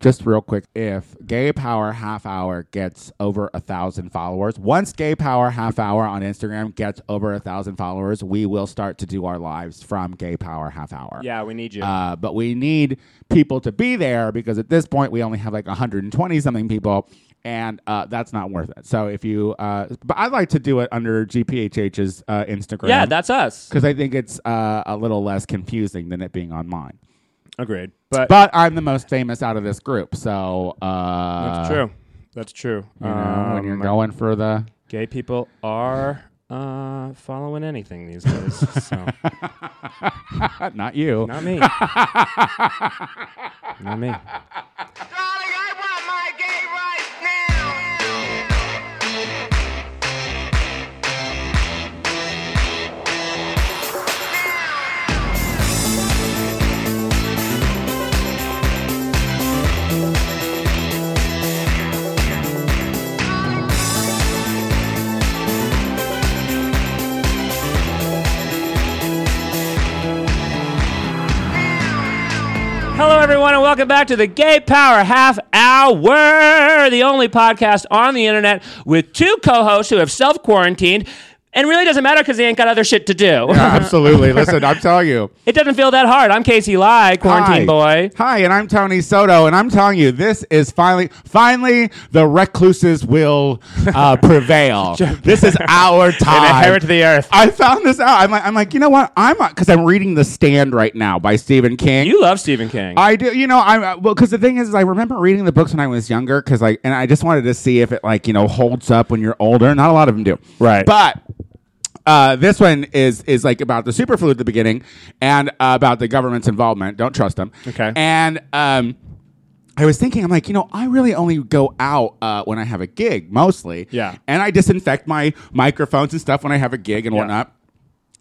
just real quick, if Gay Power Half Hour gets over a thousand followers, once Gay Power Half Hour on Instagram gets over a thousand followers, we will start to do our lives from Gay Power Half Hour. Yeah, we need you. Uh, but we need people to be there because at this point we only have like 120 something people, and uh, that's not worth it. So if you, uh, but I like to do it under GPHH's uh, Instagram. yeah, that's us. because I think it's uh, a little less confusing than it being on mine. Agreed. But, But I'm the most famous out of this group, so uh, that's true. That's true. You know, when you're Um, going for the gay people are uh, following anything these days. so uh, not you. not me. not me. Darling, I want my gay rights now. Hello, everyone, and welcome back to the Gay Power Half Hour, the only podcast on the internet with two co hosts who have self quarantined. And really doesn't matter because they ain't got other shit to do. Absolutely. Listen, I'm telling you. It doesn't feel that hard. I'm Casey Lai, Hi. quarantine boy. Hi, and I'm Tony Soto, and I'm telling you, this is finally, finally, the recluses will uh, prevail. this is our time. the earth. I found this out. I'm like, I'm like, you know what? I'm because I'm reading The Stand right now by Stephen King. You love Stephen King. I do, you know, I well, because the thing is, is I remember reading the books when I was younger, because like, and I just wanted to see if it like you know holds up when you're older. Not a lot of them do, Right. But uh, this one is is like about the superflu at the beginning and uh, about the government's involvement. Don't trust them. Okay. And um, I was thinking, I'm like, you know, I really only go out uh, when I have a gig, mostly. Yeah. And I disinfect my microphones and stuff when I have a gig and Yeah. whatnot.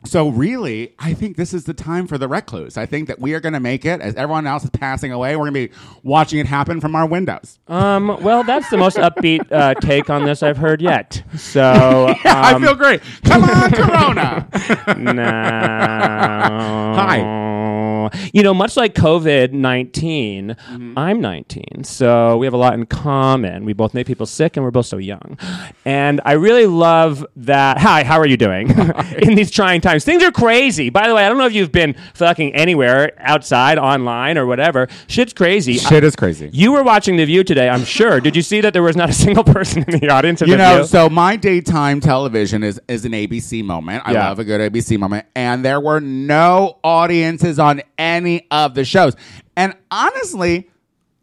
So really, I think this is the time for the recluse. I think that we are going to make it as everyone else is passing away. We're going to be watching it happen from our windows. um, well, that's the most upbeat uh, take on this I've heard yet. So I um, feel great. Come on, Corona. no. Hi. You know, much like COVID 19, I'm 19. So we have a lot in common. We both make people sick and we're both so young. And I really love that. Hi, how are you doing in these trying times? Things are crazy. By the way, I don't know if you've been fucking anywhere outside, online, or whatever. Shit's crazy. Shit is crazy. you were watching The View today, I'm sure. Did you see that there was not a single person in the audience of you The know, View? so my daytime television is is an ABC moment. I Yeah. love a good ABC moment, and there were no audiences on any of the shows. And honestly,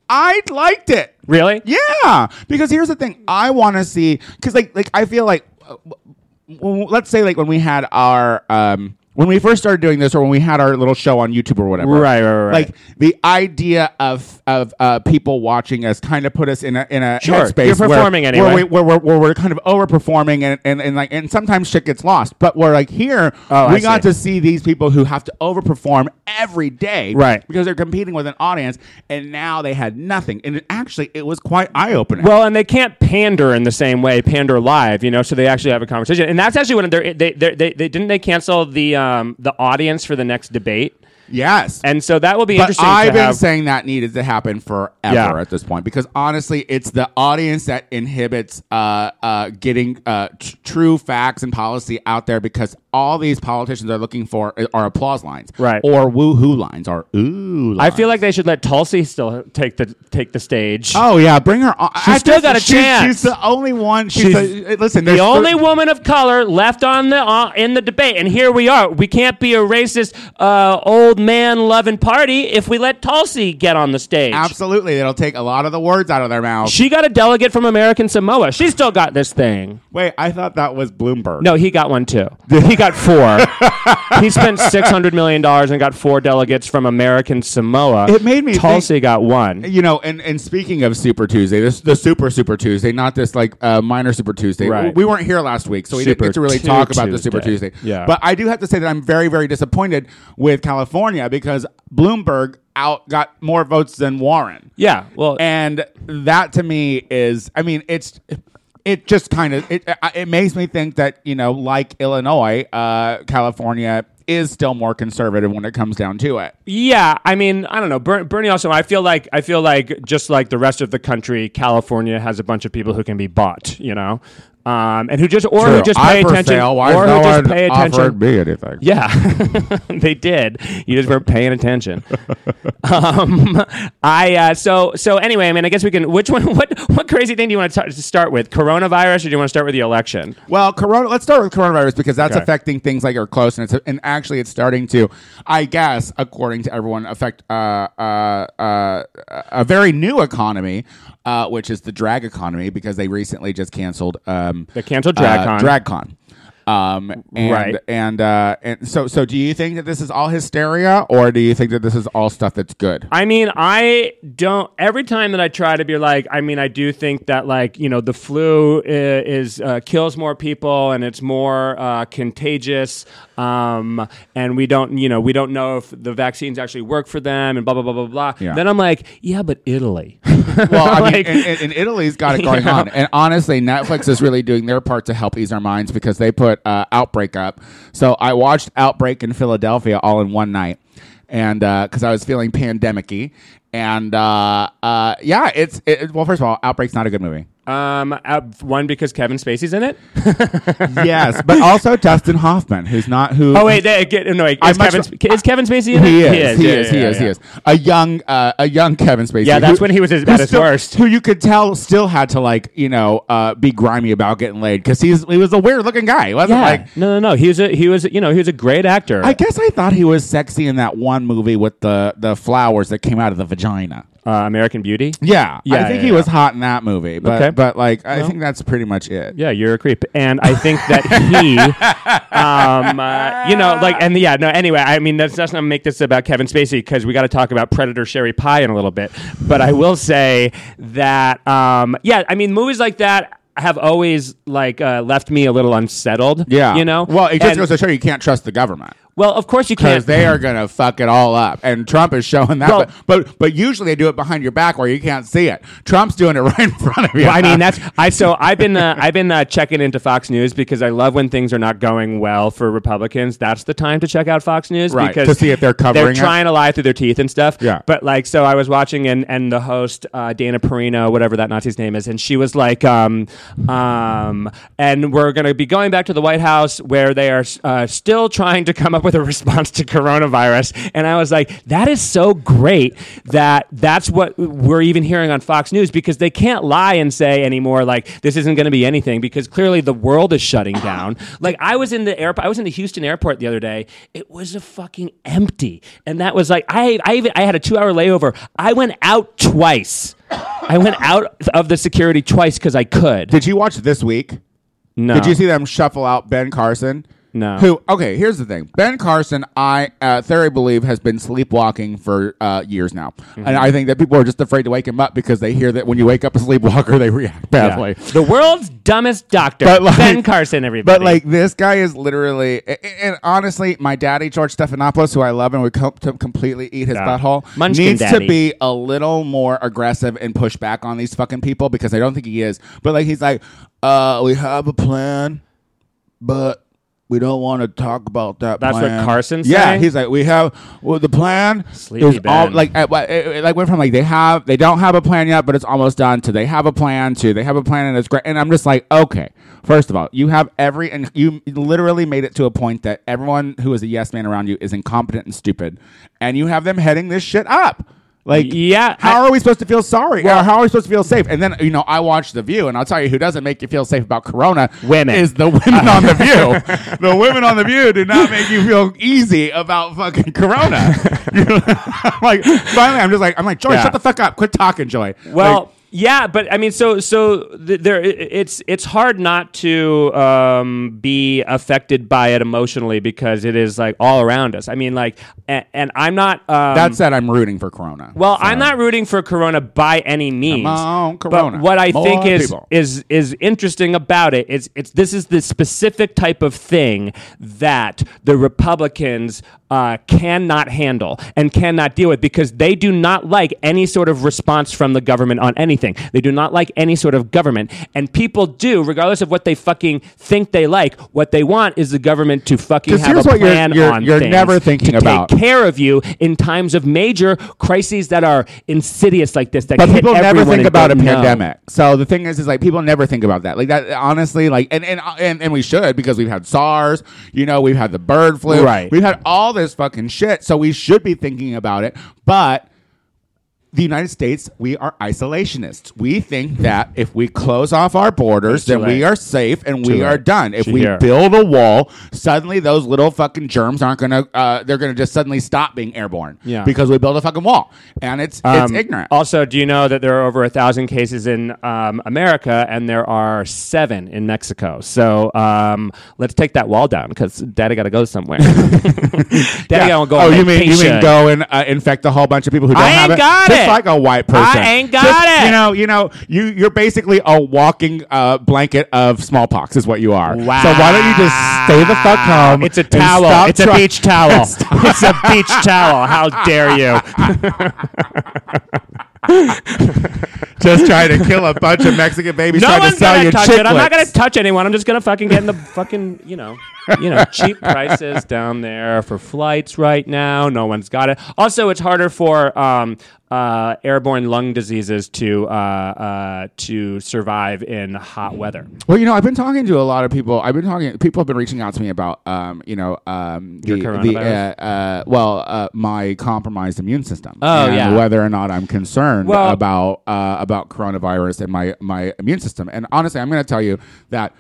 I liked it. really? Yeah, because here's the thing: I want to see because like like I feel like uh, w- w- let's say like when we had our um when we first started doing this or when we had our little show on YouTube or whatever. Right, right, right, right. Like the idea of of uh, people watching us kind of put us in a in a Sure, headspace you're performing where, anyway. where, we, where, we're, where we're kind of overperforming and, and and like and sometimes shit gets lost. But we're like here Oh, I we got see. to see these people who have to overperform every day Right. because they're competing with an audience and now they had nothing and it, actually it was quite eye-opening Well, and they can't pander in the same way, pander live, you know. So they actually have a conversation, and that's actually when they're, they they they they didn't they cancel the um the audience for the next debate, yes and so that will be but interesting. I've to been have. saying that needed to happen forever Yeah. at this point because honestly, it's the audience that inhibits uh, uh, getting uh, tr- true facts and policy out there because all these politicians are looking for uh, are applause lines, Right. or woo-hoo lines, or ooh. I Lines. feel like they should let Tulsi still take the take the stage. Oh yeah, bring her on. She's still just- got a she's- chance. She's the only one. She's, She's the, listen. the there's only thir- woman of color left on the uh, in the debate, and here we are. We can't be a racist uh, old man loving party if we let Tulsi get on the stage. Absolutely, it'll take a lot of the words out of their mouth. She got a delegate from American Samoa. She still got this thing. Wait, I thought that was Bloomberg. No, he got one too. He got four. he spent six hundred million dollars and got four delegates from American Samoa. It made me Tulsi got one. you know, and, and speaking of Super Tuesday, this the Super Super Tuesday, not this like uh, minor Super Tuesday. Right. We weren't here last week, so we Super didn't get to really Tu- talk about the Super Tuesday. Tuesday. Yeah. But I do have to say that I'm very very disappointed with California because Bloomberg out got more votes than Warren. Yeah. Well, And that to me is, I mean, it's it just kind of it I- it makes me think that you know like Illinois, uh, California is still more conservative when it comes down to it. Yeah, I mean, I don't know. Ber- Bernie also, I feel like I feel like just like the rest of the country, California has a bunch of people who can be bought, you know, um, and who just or who just pay I for attention sale, why or has who no just one pay offered attention. me anything? Yeah, they did. You just weren't paying attention. um, I uh, so so anyway. I mean, I guess we can. Which one? What what crazy thing do you want to, to start with? Coronavirus, or do you want to start with the election? Well, corona. Let's start with coronavirus because that's Okay. affecting things like our closeness, and actually, it's starting to, I guess, according to everyone, affect uh, uh, uh, a very new economy, uh, which is the drag economy, because they recently just canceled. Um, They canceled Uh, DragCon. DragCon. Um, and, Right. and uh, and so so do you think that this is all hysteria, or do you think that this is all stuff that's good? I mean, I don't. Every time that I try to be like, I mean, I do think that like you know the flu i- is, is uh, kills more people and it's more uh, contagious, um, and we don't you know we don't know if the vaccines actually work for them and blah blah blah blah blah. Yeah. Then I'm like, yeah, but Italy. Well, I mean, Like- and, and, and Italy's got it going You know? on. And honestly, Netflix is really doing their part to help ease our minds because they put uh, Outbreak up. So I watched Outbreak in Philadelphia all in one night, and because I was feeling pandemic-y. and uh, uh, yeah, it's it, it- well. First of all, Outbreak's not a good movie. um, uh, one because Kevin Spacey's in it. yes, but also Dustin Hoffman, who's not who. Oh wait, they, get, no, wait, I is, much- Kevin, Sp- is Kevin Spacey in it? He is. He is. He Yeah, is. yeah, yeah, He yeah. is. A young, uh, a young Kevin Spacey. Yeah, that's when he was his- at who his still- worst. Who you could tell still had to like, you know, uh, be grimy about getting laid because he's he was a weird looking guy. He wasn't Yeah. like. no, no, no. He was a he was you know he was a great actor. I guess I thought he was sexy in that one movie with the the flowers that came out of the vagina. uh, American Beauty. Yeah, I Yeah, think yeah, he yeah. was hot in that movie, but Okay. but like I think that's pretty much it. Yeah, you're a creep, and I think that he, um, uh, you know, like, and yeah, no. Anyway, I mean, that's that's not make this about Kevin Spacey because we got to talk about Predator Sherry Pie in a little bit. But I will say that, um, yeah, I mean, movies like that have always like uh, left me a little unsettled. Yeah, you know. Well, it just And- goes to show you can't trust the government well, of course you because can't. they are going to fuck it all up, and Trump is showing that. Well- but, but but usually they do it behind your back where you can't see it. Trump's doing it right in front of you. Well, I mean, that's I. So I've been uh, I've been uh, checking into Fox News because I love when things are not going well for Republicans. That's the time to check out Fox News Right, because to see if they're covering They're it. trying to lie through their teeth and stuff. Yeah. But like, so I was watching and and the host uh, Dana Perino, whatever that Nazi's name is, and she was like, um, um, and we're gonna be going back to the White House where they are uh, still trying to come up with a response to coronavirus, and I was like, that is so great that that's what we're even hearing on Fox News because they can't lie and say anymore like this isn't going to be anything because clearly the world is shutting down. Like I was in the airport, I was in the Houston airport the other day. It was a fucking empty, and that was like I I even I had a two hour layover. I went out twice. I went out of the security twice because I could. Did you watch this week? No, Did you see them shuffle out Ben Carson? No. Who? Okay, here's the thing. Ben Carson, I uh, thoroughly believe, has been sleepwalking for uh, years now, and Mm-hmm. I think that people are just afraid to wake him up because they hear that when you wake up a sleepwalker, they react Yeah. badly. The world's dumbest doctor, But, like- Ben Carson. Everybody, But like this guy is literally, a- a- and honestly, my daddy George Stephanopoulos, who I love and would co- to completely eat his Yeah. butthole, Munchkin needs to daddy. be a little more aggressive and push back on these fucking people because I don't think he is. But like he's like, uh, we have a plan, but. We don't want to talk about that. That's what plan." Carson's yeah, saying? he's like, we have well, the plan. Sleepy is all Ben. like at, what- it, it, like went from like they have they don't have a plan yet, but it's almost done to they have a plan to they have a plan and it's great. And I'm just like, okay, first of all, you have every and you literally made it to a point that everyone who is a yes man around you is incompetent and stupid, and you have them heading this shit up. Like, Yeah, how I- are we supposed to feel sorry? or how are we supposed to feel safe? And then you know, I watched The View, and I'll tell you who doesn't make you feel safe about Corona Women. is the women on The View. the women on The View do not make you feel easy about fucking Corona. I'm like finally, I'm just like I'm like Joy, Yeah. shut the fuck up, quit talking, Joy. Well, Like, yeah, but I mean, so so th- there, i- it's it's hard not to um, be affected by it emotionally because it is like all around us. I mean, like, and, and I'm not. Um, that said, I'm rooting for Corona. well, So- I'm not rooting for Corona by any means. on, Corona. But what I More think is people. is is interesting about it is it's this is the specific type of thing that the Republicans uh, cannot handle and cannot deal with because they do not like any sort of response from the government on anything. anything. They do not like any sort of government. And people do, regardless of what they fucking think they like, what they want is the government to fucking 'Cause have here's a what you're- plan you're- on you're things never thinking to about. take care of you in times of major crises that are insidious like this. That but hit people never everyone think and about a don't know. pandemic. So the thing is, is like people never think about that. Like that, honestly, like and and and, and we should because we've had SARS. You know, we've had the bird flu. Right. We've had all this fucking shit. So we should be thinking about it, but. The United States, we are isolationists. We think that if we close off our borders, too then we late. are safe and we late. are done. If Too we here. build a wall, suddenly those little fucking germs aren't gonna. Uh, they're gonna just suddenly stop being airborne. Yeah. because we build a fucking wall, and it's it's Um, ignorant. Also, do you know that there are over a thousand cases in um, America and there are seven in Mexico? So um, let's take that wall down because Daddy got to go somewhere. Daddy got to go. oh, on you mean you vacation. mean go and uh, infect a whole bunch of people who don't I have ain't it? got Just it. like a white person. I ain't got Just, it. You know, you know, you you're basically a walking uh, blanket of smallpox, is what you are. Wow. So why don't you just stay the fuck home? It's a and towel. stop It's a try- beach towel. It's a beach towel. How dare you? Just try to kill a bunch of Mexican babies No trying one's to sell gonna you touch chiclets. it. I'm not gonna touch anyone. I'm just gonna fucking get in the fucking you know you know cheap prices down there for flights right now. No one's got it. Also, it's harder for um, uh, airborne lung diseases to uh, uh, to survive in hot weather. Well, you know, I've been talking to a lot of people. I've been talking. People have been reaching out to me about, um, you know, um, the, the coronavirus? uh, uh, well, uh, my compromised immune system. Oh, and yeah. Whether or not I'm concerned Well- about uh, about coronavirus and my my immune system. And honestly, I'm going to tell you that.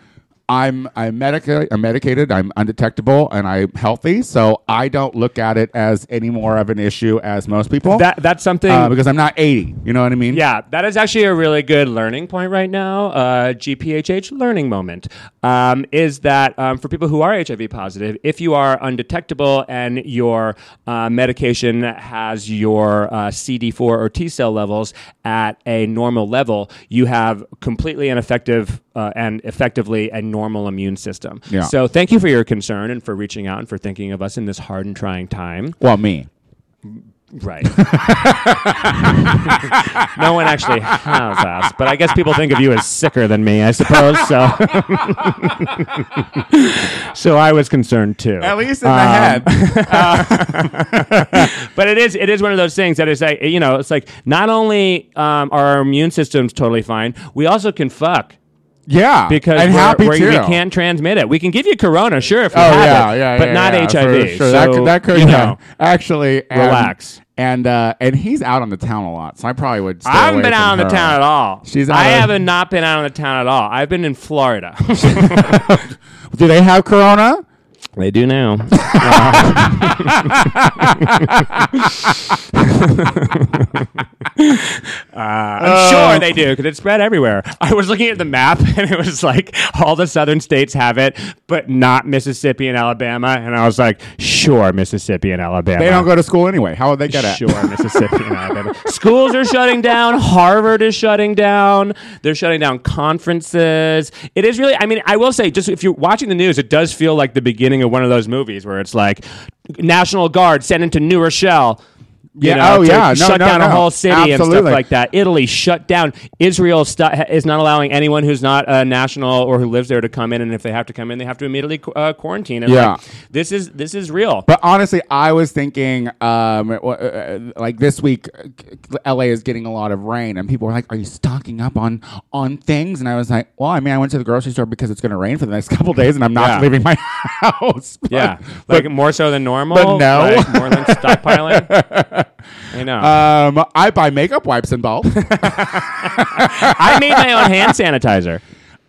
I'm I'm, medica- I'm medicated. I'm undetectable, and I'm healthy. So I don't look at it as any more of an issue as most people. That that's something. uh, because I'm not 80. You know what I mean? Yeah, that is actually a really good learning point right now. Uh, GPHH learning moment um, is that um, for people who are HIV positive, if you are undetectable and your uh, medication has your uh, CD4 or T cell levels at a normal level, you have completely ineffective uh, and effectively a normal immune system. Yeah. So thank you for your concern and for reaching out and for thinking of us in this hard and trying time. Well, me. Right. no one actually has us, but I guess people think of you as sicker than me, I suppose. So, so I was concerned too. At least in the Um, head. But it is it is one of those things that is like you know it's like not only um, are our immune systems totally fine, we also can fuck Yeah. because and we're- happy we're- too. we can't transmit it. We can give you corona, sure, if you Oh have yeah, it, yeah, but yeah, not yeah, HIV. For sure. that So, could, that could you yeah. know. actually and- Relax. And uh, and he's out on the town a lot, so I probably would. Stay I haven't away been from out on the her. town at all. She's out I of- haven't not been out on the town at all. I've been in Florida. Do they have Corona? they do now. Uh, I'm sure they do because it's spread everywhere. I was looking at the map and it was like all the southern states have it, but not Mississippi and Alabama. And I was like, sure, Mississippi and Alabama. They don't go to school anyway. How would they get it? Sure, Mississippi and Alabama. Schools are shutting down. Harvard is shutting down. They're shutting down conferences. It is really, I mean, I will say, just if you're watching the news, it does feel like the beginning of one of those movies where it's like National Guard sent into New Rochelle. you Yeah, know, oh, to yeah. No, shut no, down a no. whole city and stuff Absolutely. like that. Italy shut down. Israel stu- is not allowing anyone who's not a national or who lives there to come in, and if they have to come in, they have to immediately qu- uh, quarantine. And Yeah. like, this is this is real. But honestly, I was thinking, um, w- uh, like this week, uh, LA is getting a lot of rain, and people were like, "Are you stocking up on on things?" And I was like, "Well, I mean, I went to the grocery store because it's going to rain for the next couple days, and I'm not Yeah. leaving my house." But- Yeah, but like more so than normal. but no. like, more than stockpiling. I know. um, I buy makeup wipes in bulk. I made my own hand sanitizer.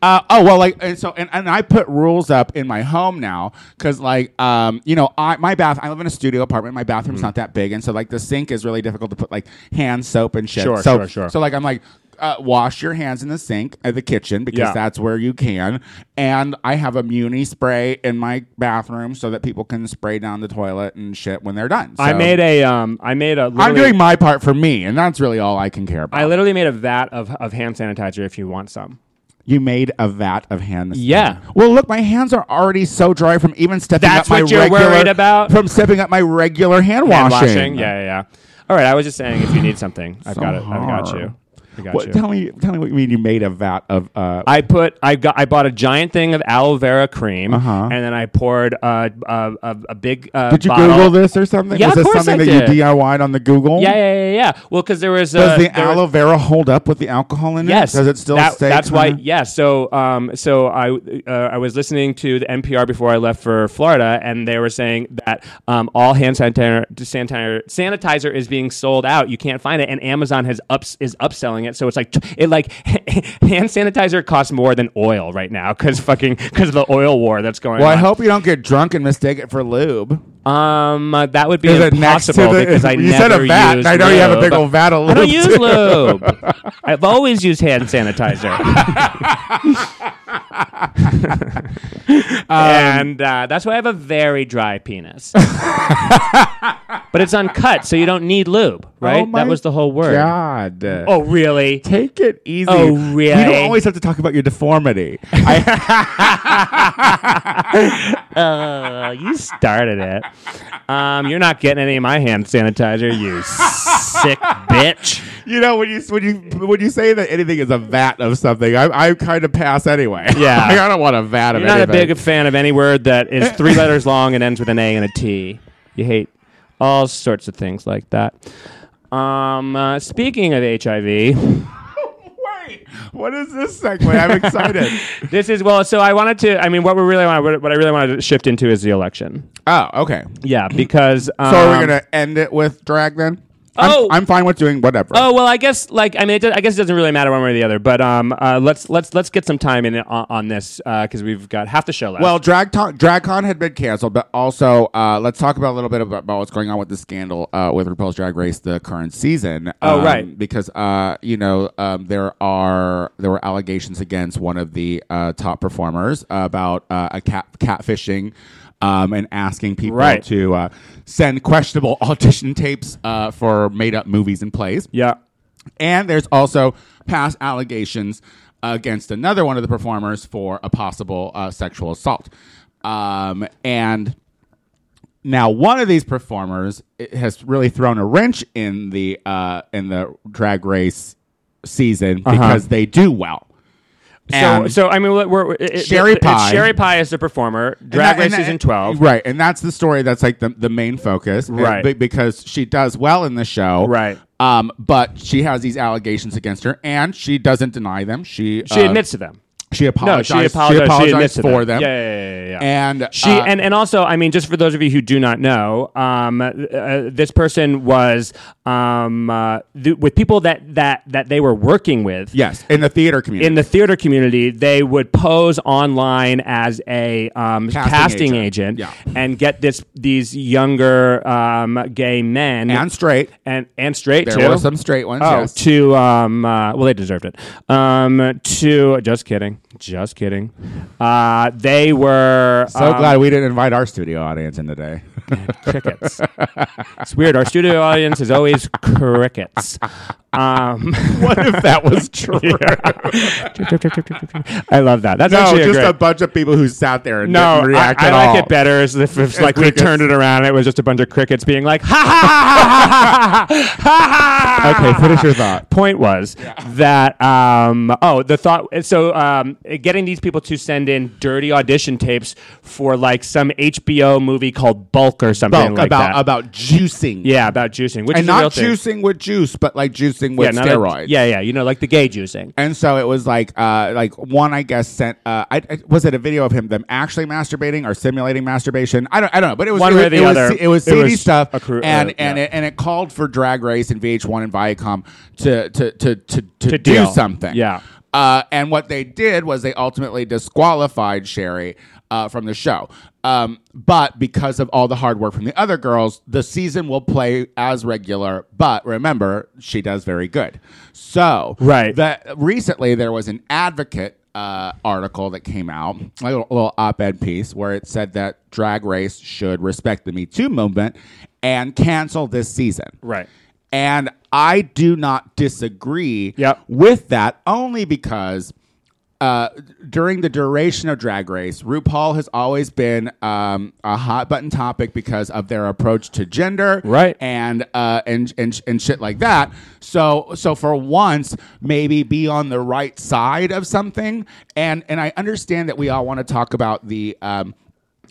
Uh, oh well, like and so, and, and I put rules up in my home now because, like, um, you know, I my bath. I live in a studio apartment. My bathroom's Mm-hmm. not that big, and so like the sink is really difficult to put like hand soap and shit. Sure, so, sure, sure. So like I'm like. Uh, wash your hands in the sink at the kitchen because Yeah. that's where you can. And I have a muni spray in my bathroom so that people can spray down the toilet and shit when they're done. I So made a. Um, I made a. I'm literally- doing my part for me, and that's really all I can care about. I literally made a vat of, of hand sanitizer. If you want some, You made a vat of hand. Yeah. Well, look, my hands are already so dry from even stepping That's up my what you're regular worried about? from stepping up my regular hand Hand washing. Yeah, yeah, yeah. All right. I was just saying, if you need something, I've So got it. I've got hard. you. I got What, you. tell me, tell me what you mean. You made a vat of. Uh, I put I got I bought a giant thing of aloe vera cream, Uh-huh. and then I poured uh, a a, a big. Uh, did you bottle. Google this or something? Yeah, Was of this course something I that did. you DIY'd on the Google? Yeah, yeah, yeah, yeah. Well, because there was Does uh, the there- aloe vera hold up with the alcohol in it? Yes. Does it still That- stay? That's why. kinda- Yeah. So, um, so I, uh, I was listening to the NPR before I left for Florida, and they were saying that um, all hand sanitizer, sanitizer sanitizer is being sold out. You can't find it, and Amazon has ups is upselling it. So it's like t- it like hand sanitizer costs more than oil right now because fucking because of the oil war that's going Well, I on. hope you don't get drunk and mistake it for lube. Um, uh, that would be Is it next to impossible the- because I you never said a vat, use and I know you have a lube. big old vat of I don't lube, too. use lube. I've always used hand sanitizer. Um, and uh, that's why I have a very dry penis. but it's uncut, so you don't need lube, right? Oh my that was the whole word. God. Oh, really? Take it easy. Oh, You really? don't always have to talk about your deformity. I, Uh, you started it. Um, you're not getting any of my hand sanitizer, you sick bitch. you know when you when you when you say that anything is a vat of something, I, I kind of pass anyway. Yeah. Like, I don't want a vat of You're not a anything. big fan of any word that is Eh. three letters long and ends with an A and a T. You hate all sorts of things like that. Um, uh, speaking of HIV, Wait, what is this segue? I'm excited. this is well. So I wanted to. I mean, what we really want, what, what I really wanted to shift into is the election. oh, okay. Yeah, because um, So are we gonna end it with drag then? I'm, Oh. I'm fine with doing whatever. Oh well, I guess like I mean, it, do- I guess it doesn't really matter one way or the other. But um, uh, let's let's let's get some time in on, on this because we've got half the show left. Well, drag talk, DragCon had been canceled, but also uh, let's talk about a little bit about, about what's going on with the scandal uh, with RuPaul's Drag Race the current season. Oh, Um, right. because uh, you know um, there are there were allegations against one of the uh, top performers about uh, a cat catfishing. Um, and asking people Right. to uh, send questionable audition tapes uh, for made up movies and plays. yeah, And there's also past allegations against another one of the performers for a possible uh, sexual assault. Um, and now one of these performers i- has really thrown a wrench in the uh, in the drag race season Uh-huh. because they do well. So, And- so I mean, we're, we're, it, it- Sherry it's Pie. Sherry Pie is the performer. Drag And that- Race and that- season twelve. Right. And that's the story that's like the, the main focus. and Right. be- because she does well in the show. Right. Um, but she has these allegations against her and she doesn't deny them. She She uh, admits to them. She No, apologized. Um, uh, she apologized. She, admits to for them. Yeah, yeah, yeah, yeah, yeah. And she uh, and, and also, I mean, just for those of you who do not know, um, uh, this person was um, uh, th- with people that that that they were working with. yes, in the theater community. in the theater community, they would pose online as a um, casting, Casting agent, agent. and get this these younger um, gay men and straight. and, and straight There too. were some straight ones. Oh, yes. to um, uh, well, they deserved it. Um, to just kidding, just kidding. Uh, they were so um, glad we didn't invite our studio audience in today. crickets. it's weird. Our studio audience is always crickets. Um, what if that was true? I love that. That's No, actually a just great. a bunch of people who sat there and no, didn't react I, I at like all. it better as if, if like we crickets. turned it around. It was just a bunch of crickets being like, ha ha ha ha ha ha ha. Okay, finish your thought. point was that um, oh the thought so um, getting these people to send in dirty audition tapes for like some HBO movie called Bulk or something Bulk, like about that. about juicing. yeah, about juicing, which and is a real not thing. juicing with juice, but like juicing yeah, with not a- steroids. yeah, yeah, you know, like the gay juicing. And so it was like, uh, like one I guess sent. Uh, I, I- was it a video of him them actually masturbating or simulating masturbation? I don't, I don't know. But it was One it way was, or the it was other, se- it was it seedy was stuff, a cru- and uh, and yeah. it, and it called for Drag Race and VH1 and Viacom to to to to, to, To do deal. something. Yeah. Uh, and what they did was they ultimately disqualified Sherry uh, from the show. Um, but because of all the hard work from the other girls, the season will play as regular. But remember, she does very good. So Right. that recently there was an advocate uh, article that came out, a little, little op-ed piece where it said that Drag Race should respect the Me Too movement and cancel this season. Right. And I do not disagree Yep. with that only because uh, during the duration of Drag Race, RuPaul has always been um, a hot button topic because of their approach to gender, Right. And uh, and and and shit like that. So so for once, maybe be on the right side of something. And and I understand that we all want to talk about the. Um,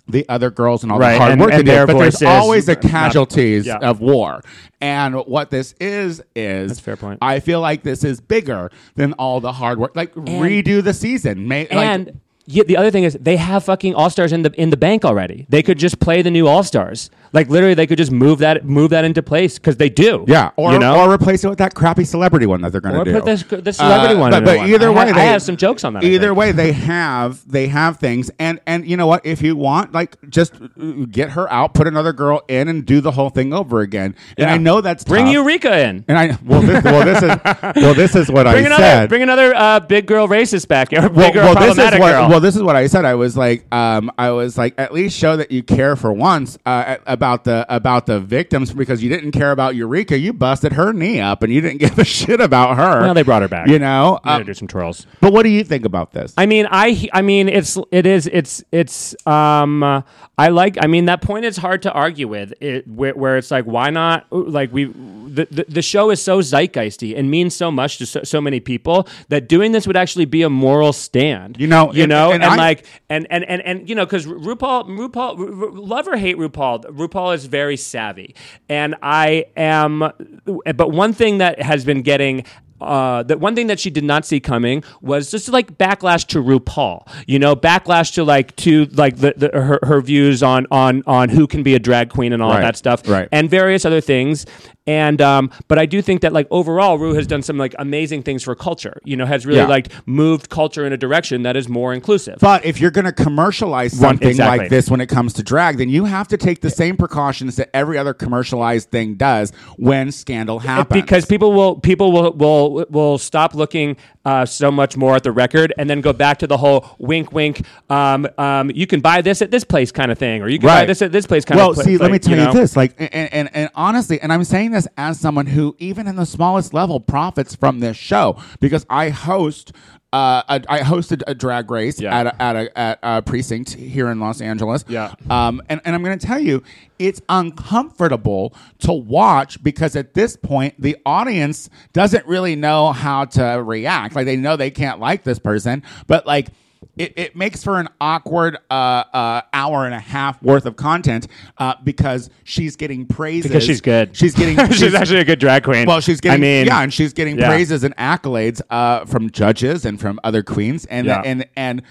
the other girls and all the Right, hard and- work and they did, their but there's voices- always the Not- casualties yeah. of war. And what this is is a fair point. I feel like this is bigger than all the hard work. Like redo the season, May, and like, yeah, the other thing is they have fucking all stars in the in the bank already. They could just play the new all stars. Like literally, they could just move that move that into place because they do. yeah, or you know. or replace it with that crappy celebrity one that they're going Or to do. Uh, put this- this celebrity one But, in but one. either I way, ha- I they- have some jokes on that, I Either think. way, they have they have things, and and you know what? If you want, like, just uh, get her out, put another girl in, and do the whole thing over again. And Yeah. I know that's bring tough. Eureka in. And I well this well this is well this is what Bring I another said. bring another uh, big girl racist back here. Big well, girl well, this problematic is what, girl. well, this is what I said. I was like, um, I was like, at least show that you care for once uh, a- about the about the victims because you didn't care about Eureka. You busted her knee up and you didn't give a shit about her. Well, they brought her back. you know. I'm Uh, gonna do some twirls. but what do you think about this? I mean, I he- I mean, it's it is it's it's um uh, I like I mean that point is hard to argue with it where, where it's like why not Ooh, like we the, the the show is so zeitgeisty and means so much to so, so many people that doing this would actually be a moral stand. You know, you and- know, and and, I- like and and and and you know because RuPaul RuPaul Ru- Ru- love or hate RuPaul RuPaul is very savvy and I am but one thing that has been getting uh, that one thing that she did not see coming was just like backlash to RuPaul, you know, backlash to like to like the, the her, her views on on on who can be a drag queen and all Right, that stuff, right. And various other things. And um, but I do think that like overall, Rue has done some like amazing things for culture. You know, has really Yeah. like moved culture in a direction that is more inclusive. But if you're going to commercialize One- something exactly. like this when it comes to drag, then you have to take the same precautions that every other commercialized thing does when scandal happens. because people will people will will will stop looking uh, so much more at the record and then go back to the whole wink wink um, um, you can buy this at this place kind of thing or you can buy Right. this at this place kind well, of pla- see, let me like, tell you, know? this. Like, and, and and honestly, and I'm saying this as someone who, even in the smallest level, profits from this show because I host. Uh, a, I hosted a drag race Yeah. at a, at a at a precinct here in Los Angeles. Yeah. Um. And, and I'm going to tell you, it's uncomfortable to watch because at this point the audience doesn't really know how to react. Like they know they can't like this person, but like it, it makes for an awkward uh, uh, hour and a half worth of content uh, because she's getting praises Because she's good. She's getting she's, actually a good drag queen. well, she's getting I mean, yeah, and she's getting yeah. praises and accolades uh, from judges and from other queens, and Yeah. and and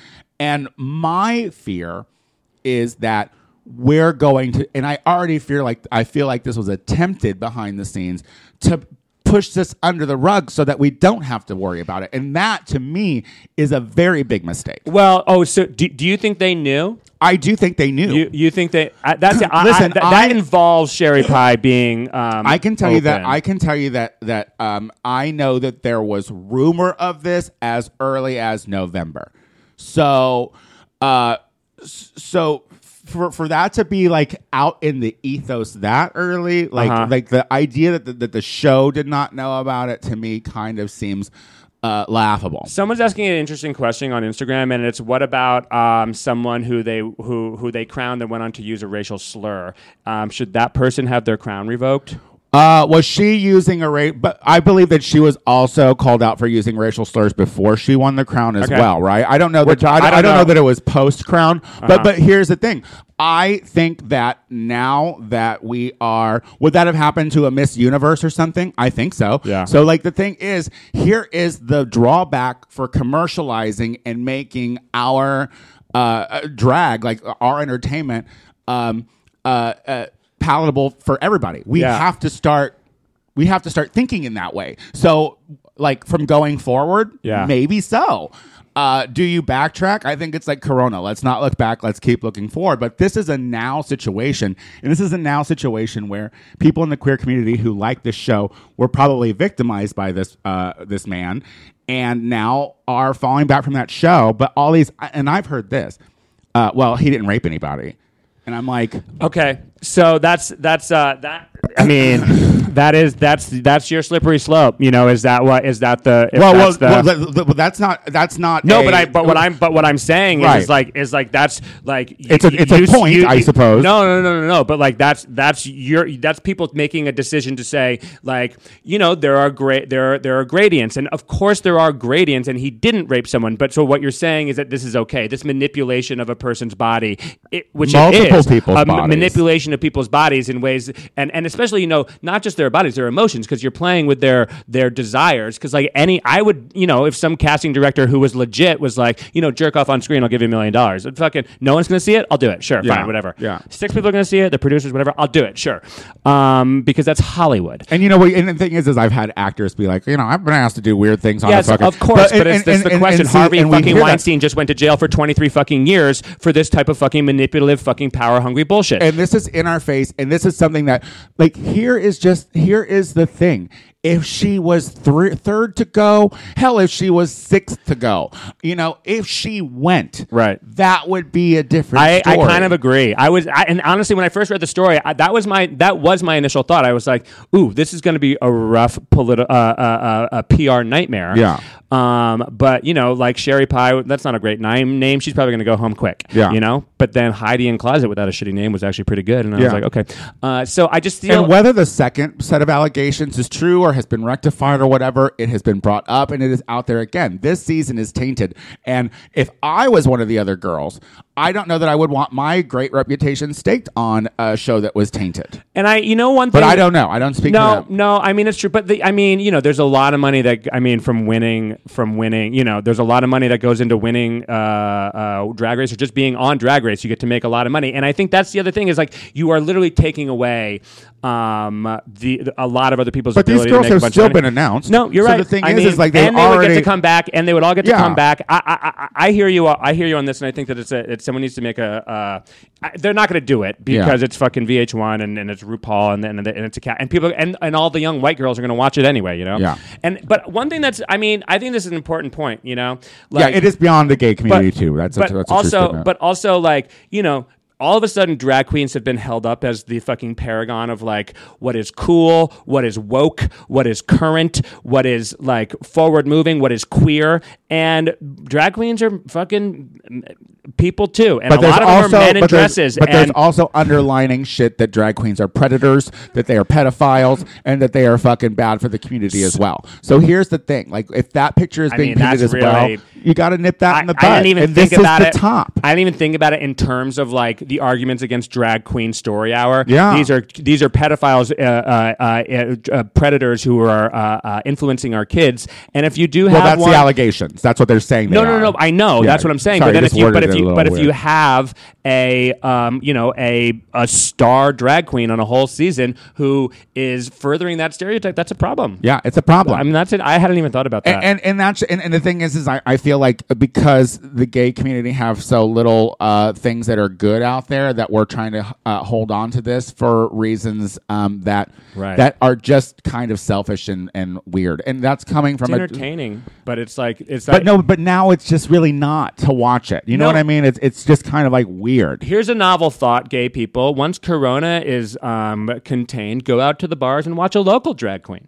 and my fear is that we're going to, and I already fear like I feel like this was attempted behind the scenes to push this under the rug so that we don't have to worry about it, and that to me is a very big mistake. Well, oh, so do, do you think they knew? I do think they knew. You you think they? I that's I, I, Listen, that, I- that involves Sherry Pie being. Um, I can tell you that open. I can tell you that that um, I know that there was rumor of this as early as November. So, uh, s- so for for that to be like out in the ethos that early, like Uh-huh. like the idea that the, that the show did not know about it to me kind of seems uh, laughable. Someone's asking an interesting question on Instagram, and it's what about um, someone who they who who they crowned and went on to use a racial slur? Um, should that person have their crown revoked? Uh, was she using a race? But I believe that she was also called out for using racial slurs before she won the crown as Okay. well, right? I don't know that. I, I don't, don't I don't know. Uh-huh. know. that it was post crown, but but here's the thing. I think that now that we are, would that have happened to a Miss Universe or something? I think so. Yeah. So like the thing is, here is the drawback for commercializing and making our uh, uh, drag, like our entertainment, um, uh, uh, palatable for everybody. We Yeah. have to start. We have to start thinking in that way. So, like from going forward, Yeah. maybe so. Uh, do you backtrack? I think it's like Corona. Let's not look back. Let's keep looking forward. But this is a now situation, and this is a now situation where people in the queer community who like this show were probably victimized by this uh, this man, and now are falling back from that show. But all these, and I've heard this. Uh, well, he didn't rape anybody, and I'm like, Okay, so that's that's uh that I mean that is that's that's your slippery slope. You know, is that what is that the if well, well, that's the- well, th- th- but that's not that's not no, a- but I but what I'm but what I'm saying Right. is like is like that's like It's a- it's a point, I suppose. No, no, no, no, no. But like that's that's your that's people making a decision to say like you know there are great there are there are gradients, and of course there are gradients, and he didn't rape someone. But so what you're saying is that this is okay. This manipulation of a person's body, it, which it Multiple is, people's a m- bodies. manipulation of people's bodies in ways, and and especially you know not just their bodies, their emotions, because you're playing with their their desires. Because like any, I would you know if some casting director who was legit was like you know jerk off on screen, I'll give you a million dollars. And Fucking no one's gonna see it, I'll do it. Sure, Yeah. fine, whatever. Yeah. six people are gonna see it, the producers, whatever, I'll do it. Sure, um, because that's Hollywood. And you know what? And the thing is, is I've had actors be like, you know, I've been asked to do weird things on Yes, the fucking. of course, but, and- it's, and- that's the and- question. and see- Harvey and we fucking hear that- Weinstein just went to jail for 23 fucking years for this type of fucking manipulative fucking power hungry bullshit. and this is in our face and this is something that like here is just here is the thing if she was thr third to go hell if she was sixth to go you know if she went Right. that would be a different I, I story. kind of agree. I was, I, and honestly, when I first read the story, I, that was my that was my initial thought. I was like, "Ooh, this is going to be a rough politi- uh, uh, uh, uh, PR nightmare." Yeah. Um, but you know, like Sherry Pie, that's not a great name. Name, she's probably going to go home quick. Yeah. You know, but then Heidi in Closet without a shitty name was actually pretty good, and I Yeah. was like, okay. Uh, so I just feel and whether the second set of allegations is true or has been rectified or whatever, it has been brought up and it is out there again. This season is tainted. And if I was one of the other girls, I don't know that I would want my great reputation staked on a show that was tainted. and I, you know, one thing. But I don't know. I don't speak for No, them. no. I mean, it's true, but the, I mean, you know, there's a lot of money that I mean from winning, from winning. You know, there's a lot of money that goes into winning uh, uh, drag race or just being on drag race. You get to make a lot of money, and I think that's the other thing is like you are literally taking away um, the a lot of other people's. But these girls ability to make a have bunch of still money. been announced. No, you're So right. the thing I is, mean, is, like, they and they would get already- to come back, and they would all get to Yeah. come back. I, I, I I hear you. uh, I hear you on this, and I think that it's a that someone needs to make a. Uh, I- they're not going to do it Yeah. because it's fucking VH1 and, and it's RuPaul and then and, it's a cat and people and, and all the young white girls are going to watch it anyway, you know. Yeah. And but one thing that's I mean I think this is an important point, you know. Like, yeah, it is beyond the gay community too. That's but a, that's a true also statement. but also like you know all of a sudden drag queens have been held up as the fucking paragon of like what is cool what is woke what is current what is like forward moving what is queer and drag queens are fucking mm, people too and a lot of them are men in but there's- dresses But there's and also underlining shit that drag queens are predators, that they are pedophiles, and that they are fucking bad for the community as well. So here's the thing: like if that picture is I being mean, that's painted as well, really- you got to nip that in the butt. I didn't even and think this about is it. the top. I didn't even think about it in terms of like the arguments against drag queen story hour. Yeah. these are these are pedophiles, uh, uh, uh, uh, predators who are uh, uh, influencing our kids. And if you do well, have that's one, the allegations. That's what they're saying. They no, no, are. no, no. I know. Yeah. That's what I'm saying. Sorry, but then just if you, worded but if it a you, little but if you weird. have a, um, you know, a a star drag queen on a whole season who is furthering that stereotype, that's a problem. yeah, it's a problem. I mean, that's it. I hadn't even thought about that. and, and and that's and, and the thing is is I, I feel like because the gay community have so little uh, things that are good out there that we're trying to uh, hold on to this for reasons um, that Right. that are just kind of selfish and, and weird and that's coming from it's a entertaining, but it's like it's like but no but now it's just really not to watch it you know No. what I mean it's it's just kind of like weird Here's a novel thought, gay people. Once Corona is um, contained, go out to the bars and watch a local drag queen.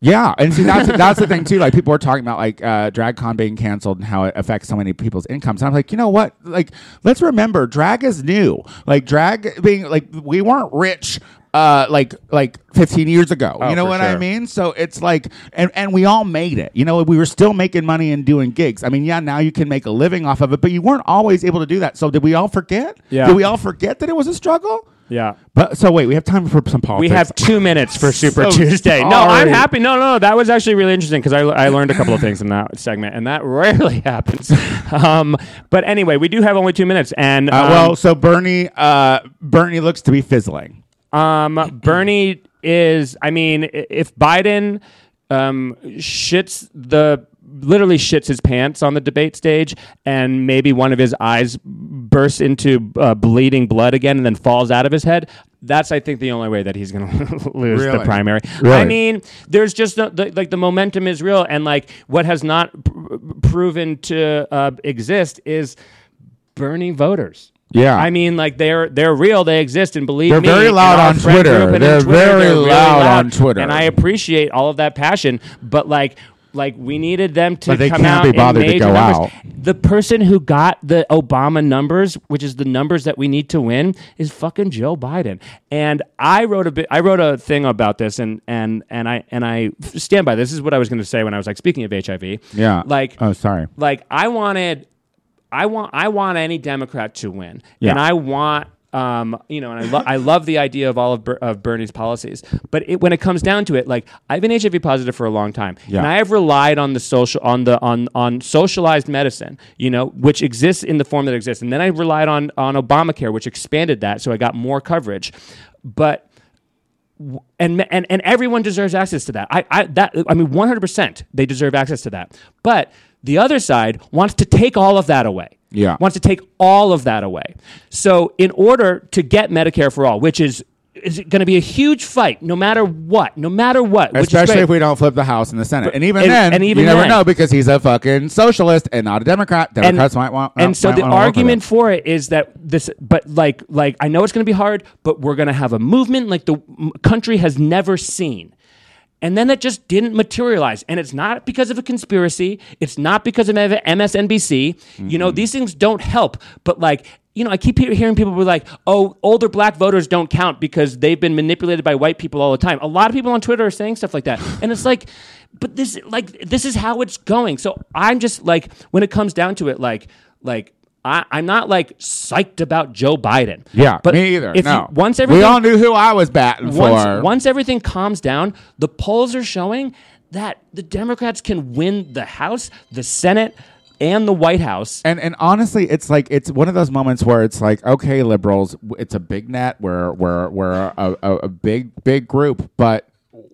Yeah, and see that's that's the thing too. Like people were talking about like uh, DragCon being canceled and how it affects so many people's incomes. And I'm like, you know what? Like, let's remember, drag is new. Like drag being like we weren't rich. Uh, like like 15 years ago, you know Oh, for what I sure. mean. So it's like, and and we all made it. You know, we were still making money and doing gigs. I mean, yeah, now you can make a living off of it, but you weren't always able to do that. So did we all forget? Yeah. Did we all forget that it was a struggle? Yeah. But so wait, we have time for some politics. We have two minutes for Super So Tuesday. No, I'm sorry. happy. No, no, no, that was actually really interesting because I, I learned a couple of things in that segment, and that rarely happens. Um, but anyway, we do have only two minutes, and Uh, um, well, so Bernie, uh, Bernie looks to be fizzling. Um, Bernie is, I mean, i- if Biden um, shits the literally shits his pants on the debate stage and maybe one of his eyes bursts into uh, bleeding blood again and then falls out of his head that's i think the only way that he's going to lose the Really? primary Really? i mean there's just no, the, like the momentum is real and like what has not pr- proven to uh, exist is bernie voters Yeah. I mean, like they're they're real. They exist and believe They're me. very in loud our on friend Twitter. group and in They're very really loud on Twitter. and I appreciate all of that passion. But like. Like we needed them to But they come can't out be in bothered to major go numbers. out. The person who got the Obama numbers, which is the numbers that we need to win, is fucking Joe Biden. And I wrote a bit. I wrote a thing about this, and and and I and I stand by this. This is what I was going to say when I was like speaking of HIV. yeah. Like oh, sorry. like I wanted, I want, I want any Democrat to win, Yeah. and I want, um, you know, and I, lo- I love the idea of all of, Ber- of Bernie's policies, but it, when it comes down to it, like I've been HIV positive for a long time, Yeah. and I have relied on the social, on the, on, on socialized medicine, you know, which exists in the form that exists, and then I relied on, on Obamacare, which expanded that, so I got more coverage, but and and and everyone deserves access to that. I I that I mean 100% they deserve access to that. But the other side wants to take all of that away. Yeah. Wants to take all of that away. So in order to get Medicare for all, which is is going to be a huge fight no matter what, no matter what, which is Especially great. if we don't flip the House and the Senate. And even and- then, and even you never then. know because he's a fucking socialist and not a Democrat. Democrats might want. uh, and so might the wanna work with argument him. for it is that this, but like, like I know it's going to be hard, but we're going to have a movement like the m- country has never seen. And then that just didn't materialize. And it's not because of a conspiracy. It's not because of M- MSNBC. You know, these things don't help. But like, you know, I keep he- hearing people be like, "Oh, older black voters don't count because they've been manipulated by white people all the time." A lot of people on Twitter are saying stuff like that, and it's like, but this, like, this is how it's going. So I'm just like, when it comes down to it, like, like. I, I'm not like psyched about Joe Biden. Yeah, me either. If no. you, once we everything all knew who I was batting for. once, once everything calms down, the polls are showing that the Democrats can win the House, the Senate, and the White House. And and honestly, it's like it's one of those moments where it's like, okay, liberals, w- it's a big net. We're we're we're a, a, a big big group, but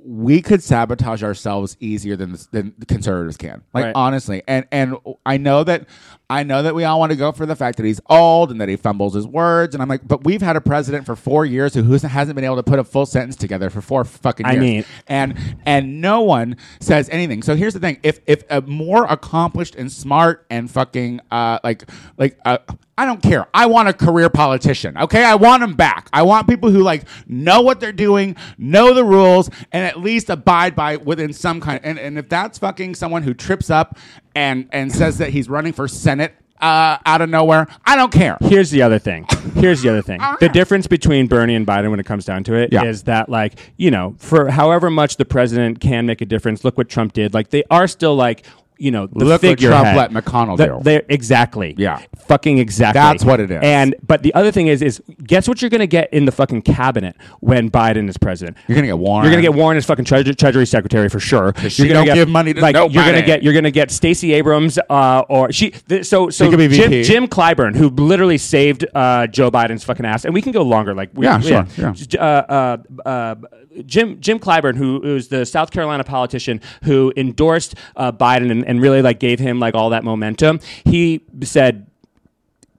we could sabotage ourselves easier than the, than the conservatives can. Like Right. honestly, and and I know that I know that we all want to go for the fact that he's old and that he fumbles his words, and I'm like, but we've had a president for four years who who's- hasn't been able to put a full sentence together for four fucking I years mean- and and no one says anything. So here's the thing: if if a more accomplished and smart and fucking uh, like like uh, I don't care. I want a career politician. Okay, I want them back. I want people who like know what they're doing, know the rules, and at least abide by within some kind. And and if that's fucking someone who trips up and and says that he's running for senate uh, out of nowhere, I don't care. Here's the other thing. Here's the other thing. The difference between Bernie and Biden when it comes down to it is Yeah. that, like, you know, for however much the president can make a difference, look what Trump did. Like, they are still, like, you know, the Look what Trump figurehead. let McConnell The- do. they're- Exactly. Yeah. Fucking exactly. That's what it is. And, but the other thing is, is guess what you're going to get in the fucking cabinet when Biden is president? You're gonna get Warren. You're gonna get Warren as fucking treasure, Treasury Secretary for sure. she You're gonna don't give money to like you're nobody. gonna get you're gonna get Stacey Abrams uh, or she. Th- so so could be VP. Jim, Jim Clyburn who literally saved uh, Joe Biden's fucking ass, and we can go longer. Like we, Yeah, sure, yeah. J- Uh, uh, uh, Jim Jim Clyburn who who's the South Carolina politician who endorsed uh, Biden and, and really like gave him like all that momentum. He said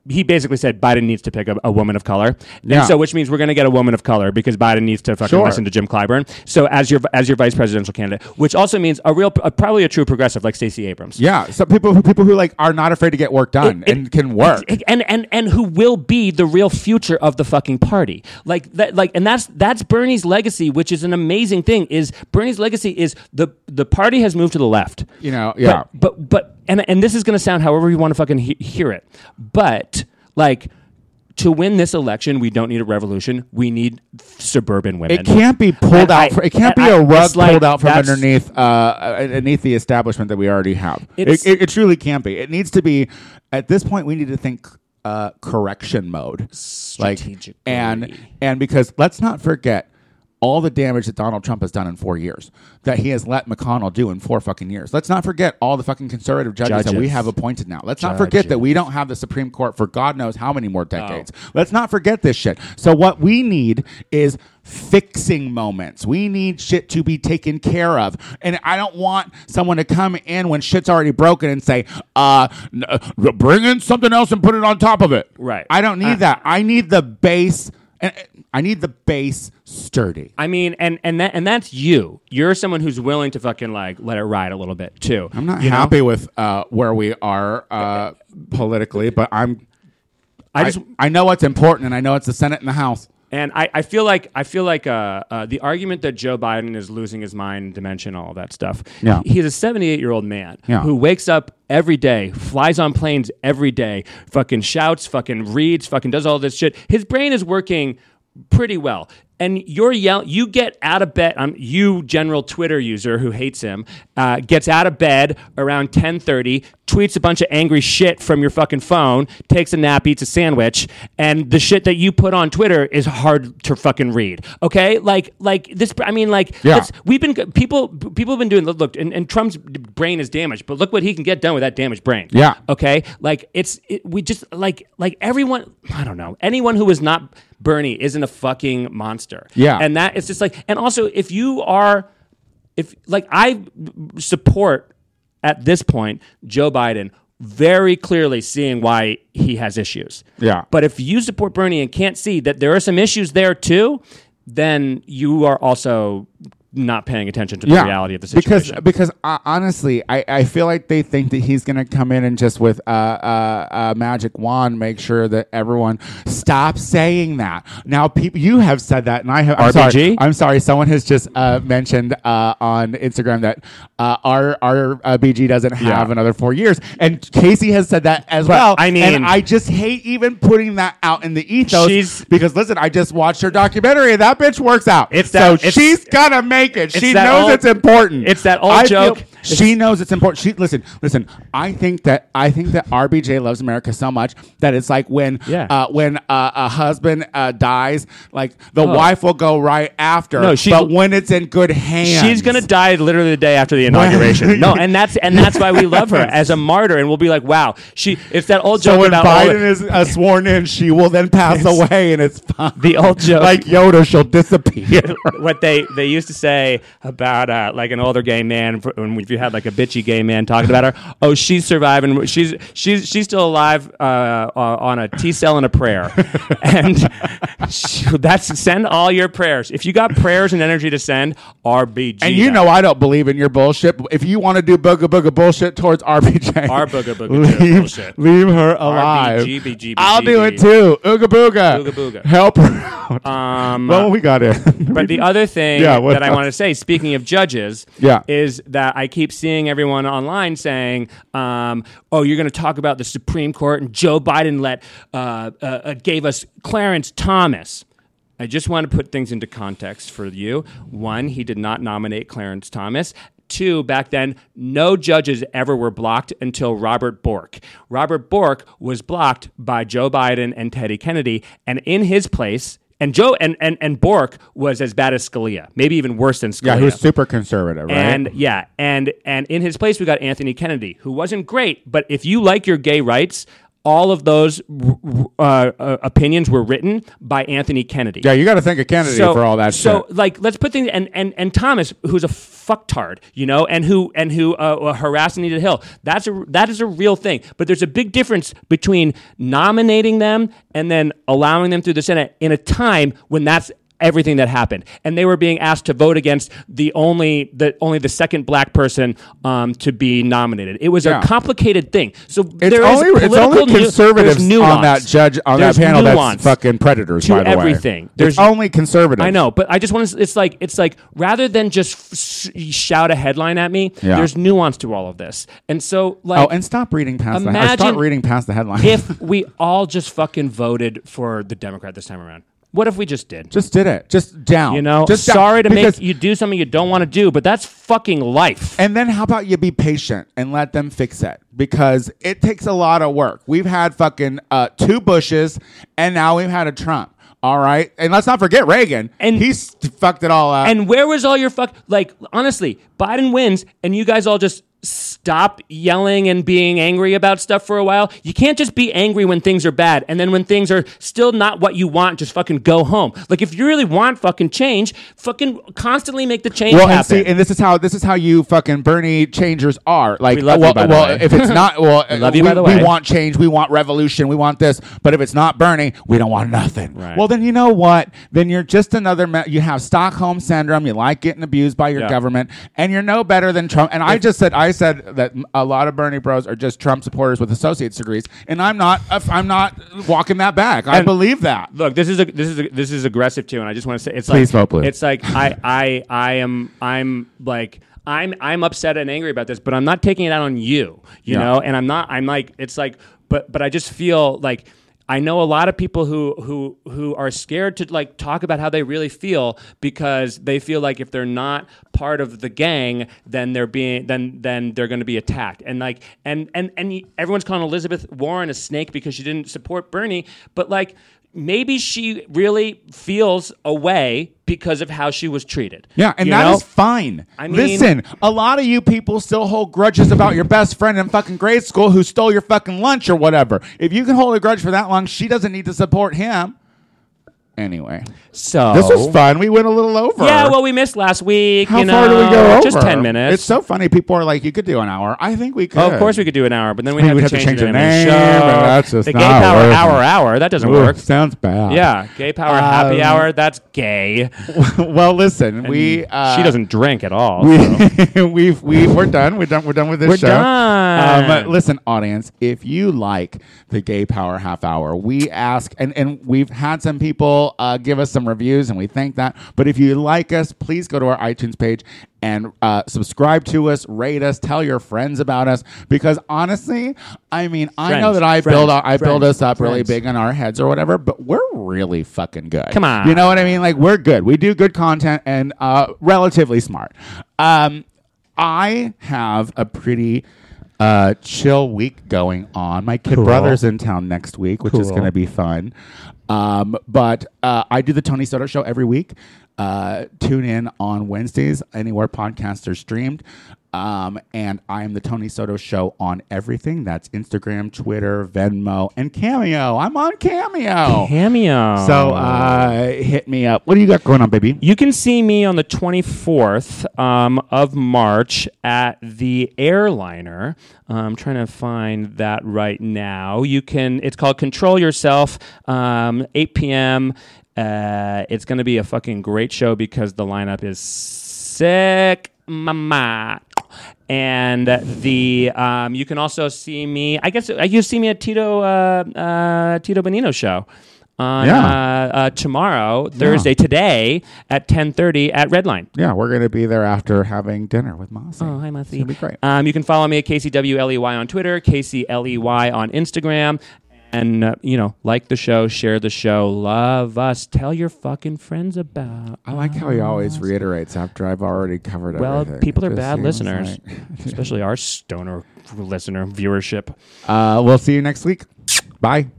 he basically said Biden needs to pick a, a woman of color, Yeah. and so which means we're going to get a woman of color because Biden needs to fucking Sure. listen to Jim Clyburn. So as your as your vice presidential candidate, which also means a real a, probably a true progressive like Stacey Abrams. Yeah, so people who people who like are not afraid to get work done It- it- and can work. Ex- and and and who will be the real future of the fucking party like that like and that's that's bernie's legacy which is an amazing thing is bernie's legacy is the the party has moved to the left You know, yeah. but but, but and and this is going to sound however you want to fucking he- hear it but like to win this election, we don't need a revolution. We need suburban women. It can't be pulled And I- out. fr- it can't and be I- a rug it's like, pulled out from that's- underneath uh, underneath the establishment that we already have. It, It's- it, it truly can't be. It needs to be. At this point, we need to think uh, correction mode, like Strategically. and and because let's not forget. All the damage that Donald Trump has done in four years, that he has let McConnell do in four fucking years. Let's not forget all the fucking conservative judges, that we Judges. have appointed now. Let's not forget that we don't have the Supreme Court for God knows how many more decades. Let's not forget this shit. So what we need is fixing moments. We need shit to be taken care of. And I don't want someone to come in when shit's already broken and say, uh, n- uh, bring in something else and put it on top of it. Right. Uh. I don't need that. I need the base. and- I need the base sturdy. I mean, and and that and that's you. You're someone who's willing to fucking like let it ride a little bit too. I'm not you know? happy with uh, where we are uh, politically, but I'm I just I know what's important, and I know it's the Senate and the House. and I, I feel like I feel like uh, uh, the argument that Joe Biden is losing his mind, dementia, all that stuff. Yeah. he's a 78 year old man Yeah. who wakes up every day, flies on planes every day, fucking shouts, fucking reads, fucking does all this shit. His brain is working pretty well. And you're yell, you get out of bed. Um, you general Twitter user who hates him uh, gets out of bed around 10:30, tweets a bunch of angry shit from your fucking phone, takes a nap, eats a sandwich, and the shit that you put on Twitter is hard to fucking read. Okay, like like this. I mean, like Yeah. let's- we've been people people have been doing. Look, and, and Trump's brain is damaged, but look what he can get done with that damaged brain. Yeah. Okay. Like it's it, we just like like everyone. I don't know. Anyone who is not Bernie isn't a fucking monster. Yeah. And that it's just like and also if you are if like I support at this point Joe Biden very clearly seeing why he has issues. Yeah. But if you support Bernie and can't see that there are some issues there too, then you are also not paying attention to the reality of the situation. Because because uh, honestly, I, I feel like they think that he's gonna come in and just with a uh, uh, uh, magic wand make sure that everyone stop saying that. Now, people, you have said that, and I have. I'm RBG? sorry. I'm sorry. Someone has just uh, mentioned uh, on Instagram that uh, our our uh, BG doesn't have Yeah. another four years, and Casey has said that as well. I mean- and I just hate even putting that out in the ethos She's- because listen, I just watched her documentary, and that bitch works out. It's so that- it's- she's gonna make it. It's She that knows old- it's important. it's that old feel- joke. She knows it's important. She listen, listen. I think that I think that RBJ loves America so much that it's like when Yeah. uh, when uh, a husband uh, dies, like the wife will go right after. Oh. No, she's- but when it's in good hands, She's gonna die literally the day after the inauguration. no, and that's and that's why we love her as a martyr, and we'll be like, wow, she. It's that old So joke when about all Biden the- is uh, sworn in, she will then pass away, and it's fine. the old joke. like Yoda, she'll disappear. what they they used to say about uh, like an older gay man for- when if you had like a bitchy gay man talking about her oh she's surviving she's she's she's still alive uh, uh, on a T cell and a prayer and sh- that's send all your prayers if you got prayers and energy to send RBG And you that. know I don't believe in your bullshit. but If you want to do booga booga bullshit towards RBJ, Our booga booga leave, bullshit. leave her alive. RBGBGB. I'll do it too. Ooga booga, Ooga booga. Help her out. Um, well, we got in. But the other thing Yeah, what that I else? want to say, speaking of judges, Yeah. is that I keep seeing everyone online saying, um, "Oh, you're going to talk about the Supreme Court and Joe Biden let uh, uh, uh, gave us Clarence Thomas." I just want to put things into context for you. One, he did not nominate Clarence Thomas. Two, back then, no judges ever were blocked until Robert Bork. Robert Bork was blocked by Joe Biden and Teddy Kennedy, and in his place, and Joe and, and, and Bork was as bad as Scalia, maybe even worse than Scalia. yeah, who's super conservative, right? Oh, and yeah, and and in his place we got Anthony Kennedy, who wasn't great, but if you like your gay rights, all of those r- r- uh, uh, opinions were written by Anthony Kennedy. yeah, you got to thank a Kennedy for all that So, shit. like, let's put things and and and Thomas, who's a fucktard, you know, and who and who uh, harassed Anita Hill. That's a that is a real thing. But there's a big difference between nominating them and then allowing them through the Senate in a time when that's everything that happened and they were being asked to vote against the only the only the second black person um, to be nominated it was Yeah. a complicated thing so It's there is only, it's political only nu- there's conservatives nuance. on that judge on There's that panel that's nuance fucking predators. to by the everything. way, There's- there's only conservatives. I know, but I just want to. It's like it's like rather than just f- sh- shout a headline at me. Yeah. There's nuance to all of this, and so like Oh, and stop reading past the Imagine headline. Stop reading past the headline. if we all just fucking voted for the Democrat this time around, what if we just did? just did it, just down. you know, just down. sorry to Because- make you do something you don't want to do, but that's fucking life. And then how about you be patient and let them fix it because it takes a lot of work. We've had fucking uh, two Bushes and now we've had a Trump. All right, and let's not forget Reagan. And- And he's fucked it all up. And where was all your fuck? Like, honestly, Biden wins, and you guys all just stop yelling and being angry about stuff for a while. You can't just be angry when things are bad, and then when things are still not what you want, just fucking go home. Like, if you really want fucking change, fucking constantly make the change well, and happen. see, and this is how this is how you fucking Bernie changers are. Like, We love you, well, by the well way. if it's not, well, we, love you, by the way. we want change, we want revolution, we want this. But if it's not Bernie, we don't want nothing. Right. Well, then you know what? Then you're just another. Me- you have Stockholm syndrome. You like getting abused by your Yeah. government, and you're no better than Trump. And I just said, I said that a lot of Bernie Bros are just Trump supporters with associate's degrees, and I'm not. I'm not walking that back. I And- believe that. Look, this is a, this is a, this is aggressive too, and I just want to say it's Please like vote blue. it's like I I I am I'm like I'm I'm upset and angry about this, but I'm not taking it out on you, you Yeah. know, and I'm not I'm like it's like but but I just feel like I know a lot of people who who who are scared to like talk about how they really feel because they feel like if they're not part of the gang, then they're being then then they're going to be attacked. And like and and and everyone's calling Elizabeth Warren a snake because she didn't support Bernie, but like maybe she really feels a way because of how she was treated. Yeah, and You that is know? fine. I mean- Listen, a lot of you people still hold grudges about your best friend in fucking grade school who stole your fucking lunch or whatever. If you can hold a grudge for that long, she doesn't need to support him. Anyway, so this was fun. We went a little over. Oh. Yeah, well, we missed last week. how you far do we know, go over? Just ten minutes. It's so funny. People are like, you could do an hour. I think we could. Oh, of course we could do an hour, but then we We have, would to, change the name. of name, the show. and that's just the gay not power worth hour it. hour. That doesn't Ooh, work. Sounds bad. Yeah, gay power happy Um, hour. That's gay. well, listen, we uh, she doesn't drink at all. so. we, we've we, we're done. We're done. We're done with this We're show. done. Um, but listen, audience, if you like the Gay Power Half Hour, we ask and and we've had some people uh, give us some reviews, and we thank that. But if you like us, please go to our iTunes page and uh, subscribe to us, rate us, tell your friends about us. Because honestly, I mean, I know Friends, that I friends, build I build friends, us up really friends. big in our heads or whatever, but we're really fucking good. Come on. you know what I mean? Like we're good. We do good content and uh, relatively smart. Um, I have a pretty uh, chill week going on. My kid brother's in town next week, which is Cool. going to be fun. Um, but uh, I do the Tony Soto show every week. Uh, tune in on Wednesdays anywhere podcasts are streamed. Um, and I am the Tony Soto show on everything. That's Instagram, Twitter, Venmo, and Cameo. I'm on Cameo. Cameo. So uh, hit me up. What do you got going on, baby? You can see me on the 24th um, of March at the airliner. Uh, I'm trying to find that right now. You can, it's called Control Yourself, um, 8 p.m. Uh, it's going to be a fucking great show because the lineup is sick, mama. And the um, you can also see me. I guess uh, you see me at Tito uh, uh, Tito Benino show on Yeah. uh, uh, uh, tomorrow, Thursday, today at ten thirty at Redline. Yeah, we're gonna be there after having dinner with Mossy. Oh, hi, Mossy. It's gonna be great. Um, you can follow me at KCWLEY E on Twitter, KCLEY E on Instagram. And, uh, you know, like the show, share the show, love us, tell your fucking friends about. I like how he always reiterates after I've already covered Oh, Well, everything. people It are just bad seems listeners, like- especially our stoner listener viewership. uh, we'll see you next week. Bye.